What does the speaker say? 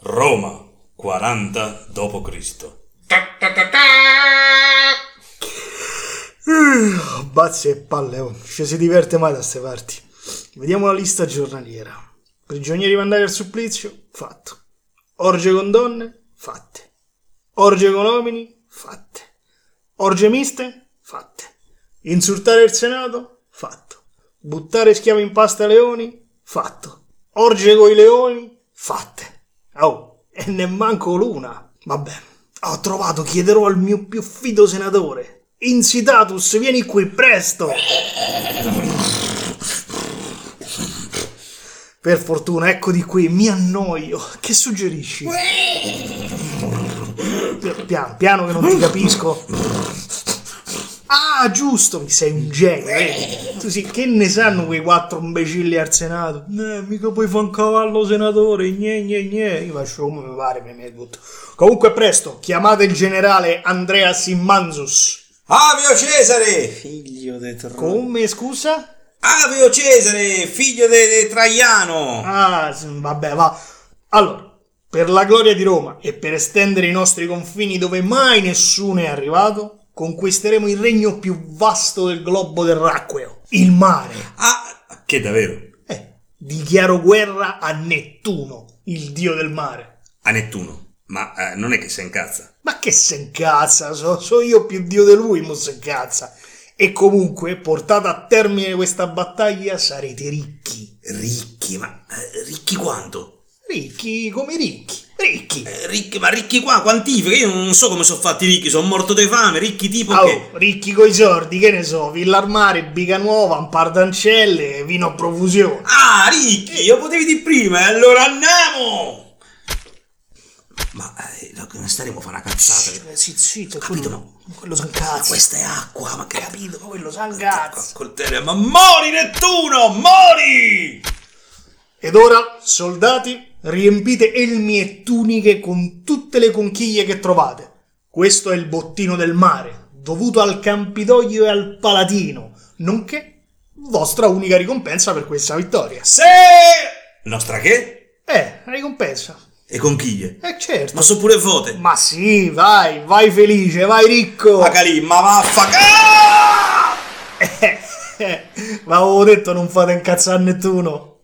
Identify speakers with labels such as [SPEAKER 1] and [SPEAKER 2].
[SPEAKER 1] Roma, 40 d.C.
[SPEAKER 2] Bazzi e palle, oh. ci si diverte mai da ste parti. Vediamo la lista giornaliera. Prigionieri mandati al supplizio, fatto. Orge con donne, fatte. Orge con uomini, fatte. Orge miste, fatte. Insultare il Senato, fatto. Buttare schiavi in pasta ai leoni, fatto. Orge coi leoni, fatte. Oh, e nemmanco l'una. Vabbè, ho trovato, chiederò al mio più fido senatore. Insitatus, vieni qui presto! Per fortuna, ecco di qui, mi annoio. Che suggerisci? Pi- Piano, piano che non ti capisco. Ah, giusto, mi sei un genio. eh. Tu sì, che ne sanno quei quattro imbecilli al Senato? Eh, mica puoi fare un cavallo senatore, gne gne gne. Io faccio come mi pare, mi metto. Comunque presto, chiamate il generale Andrea Simmanzus.
[SPEAKER 3] Avio Cesare!
[SPEAKER 4] Figlio di tro...
[SPEAKER 2] Come, scusa?
[SPEAKER 3] Avio Cesare, figlio di Traiano!
[SPEAKER 2] Ah, sì, vabbè, va. Allora, per la gloria di Roma e per estendere i nostri confini dove mai nessuno è arrivato, conquisteremo il regno più vasto del globo terracqueo, il mare.
[SPEAKER 3] Ah,
[SPEAKER 1] Che davvero?
[SPEAKER 2] Eh, dichiaro guerra a Nettuno, il dio del mare.
[SPEAKER 1] A Nettuno. Ma eh, non è che si incazza.
[SPEAKER 2] Ma che se incazza, so, so io più dio di lui, mo se incazza. E comunque, portata a termine questa battaglia, sarete ricchi.
[SPEAKER 3] ricchi, ma eh, ricchi quanto?
[SPEAKER 2] Ricchi come i ricchi, ricchi.
[SPEAKER 3] Eh, Ricchi, ma ricchi qua, quantifica, io non so come sono fatti ricchi, sono morto di fame, ricchi tipo
[SPEAKER 2] Ah,
[SPEAKER 3] che...
[SPEAKER 2] oh, ricchi coi sordi, che ne so, Villarmare, Bica Nuova, Ampardancelle, vino a profusione.
[SPEAKER 3] Ah, ricchi, lo potevi di prima, e allora andiamo! Ma eh, no, non staremo a fare una cazzata.
[SPEAKER 2] Sì, zitto,
[SPEAKER 3] Capito,
[SPEAKER 2] quello, quello s'ancazza.
[SPEAKER 3] Questa è acqua, ma che
[SPEAKER 2] Capito, quello s'ancazza.
[SPEAKER 3] Col tele- ma mori Nettuno, mori!
[SPEAKER 2] Ed ora, soldati, riempite elmi e tuniche con tutte le conchiglie che trovate. Questo è il bottino del mare, dovuto al Campidoglio e al Palatino, nonché vostra unica ricompensa per questa vittoria.
[SPEAKER 3] Se... Nostra che?
[SPEAKER 2] Eh, ricompensa.
[SPEAKER 3] E conchiglie.
[SPEAKER 2] Eh certo.
[SPEAKER 3] Ma sono pure fote.
[SPEAKER 2] Ma sì, vai, vai felice, vai ricco.
[SPEAKER 3] Ma calì, ma vaffa... Ah!
[SPEAKER 2] Ma avevo detto non fate incazzare Nettuno.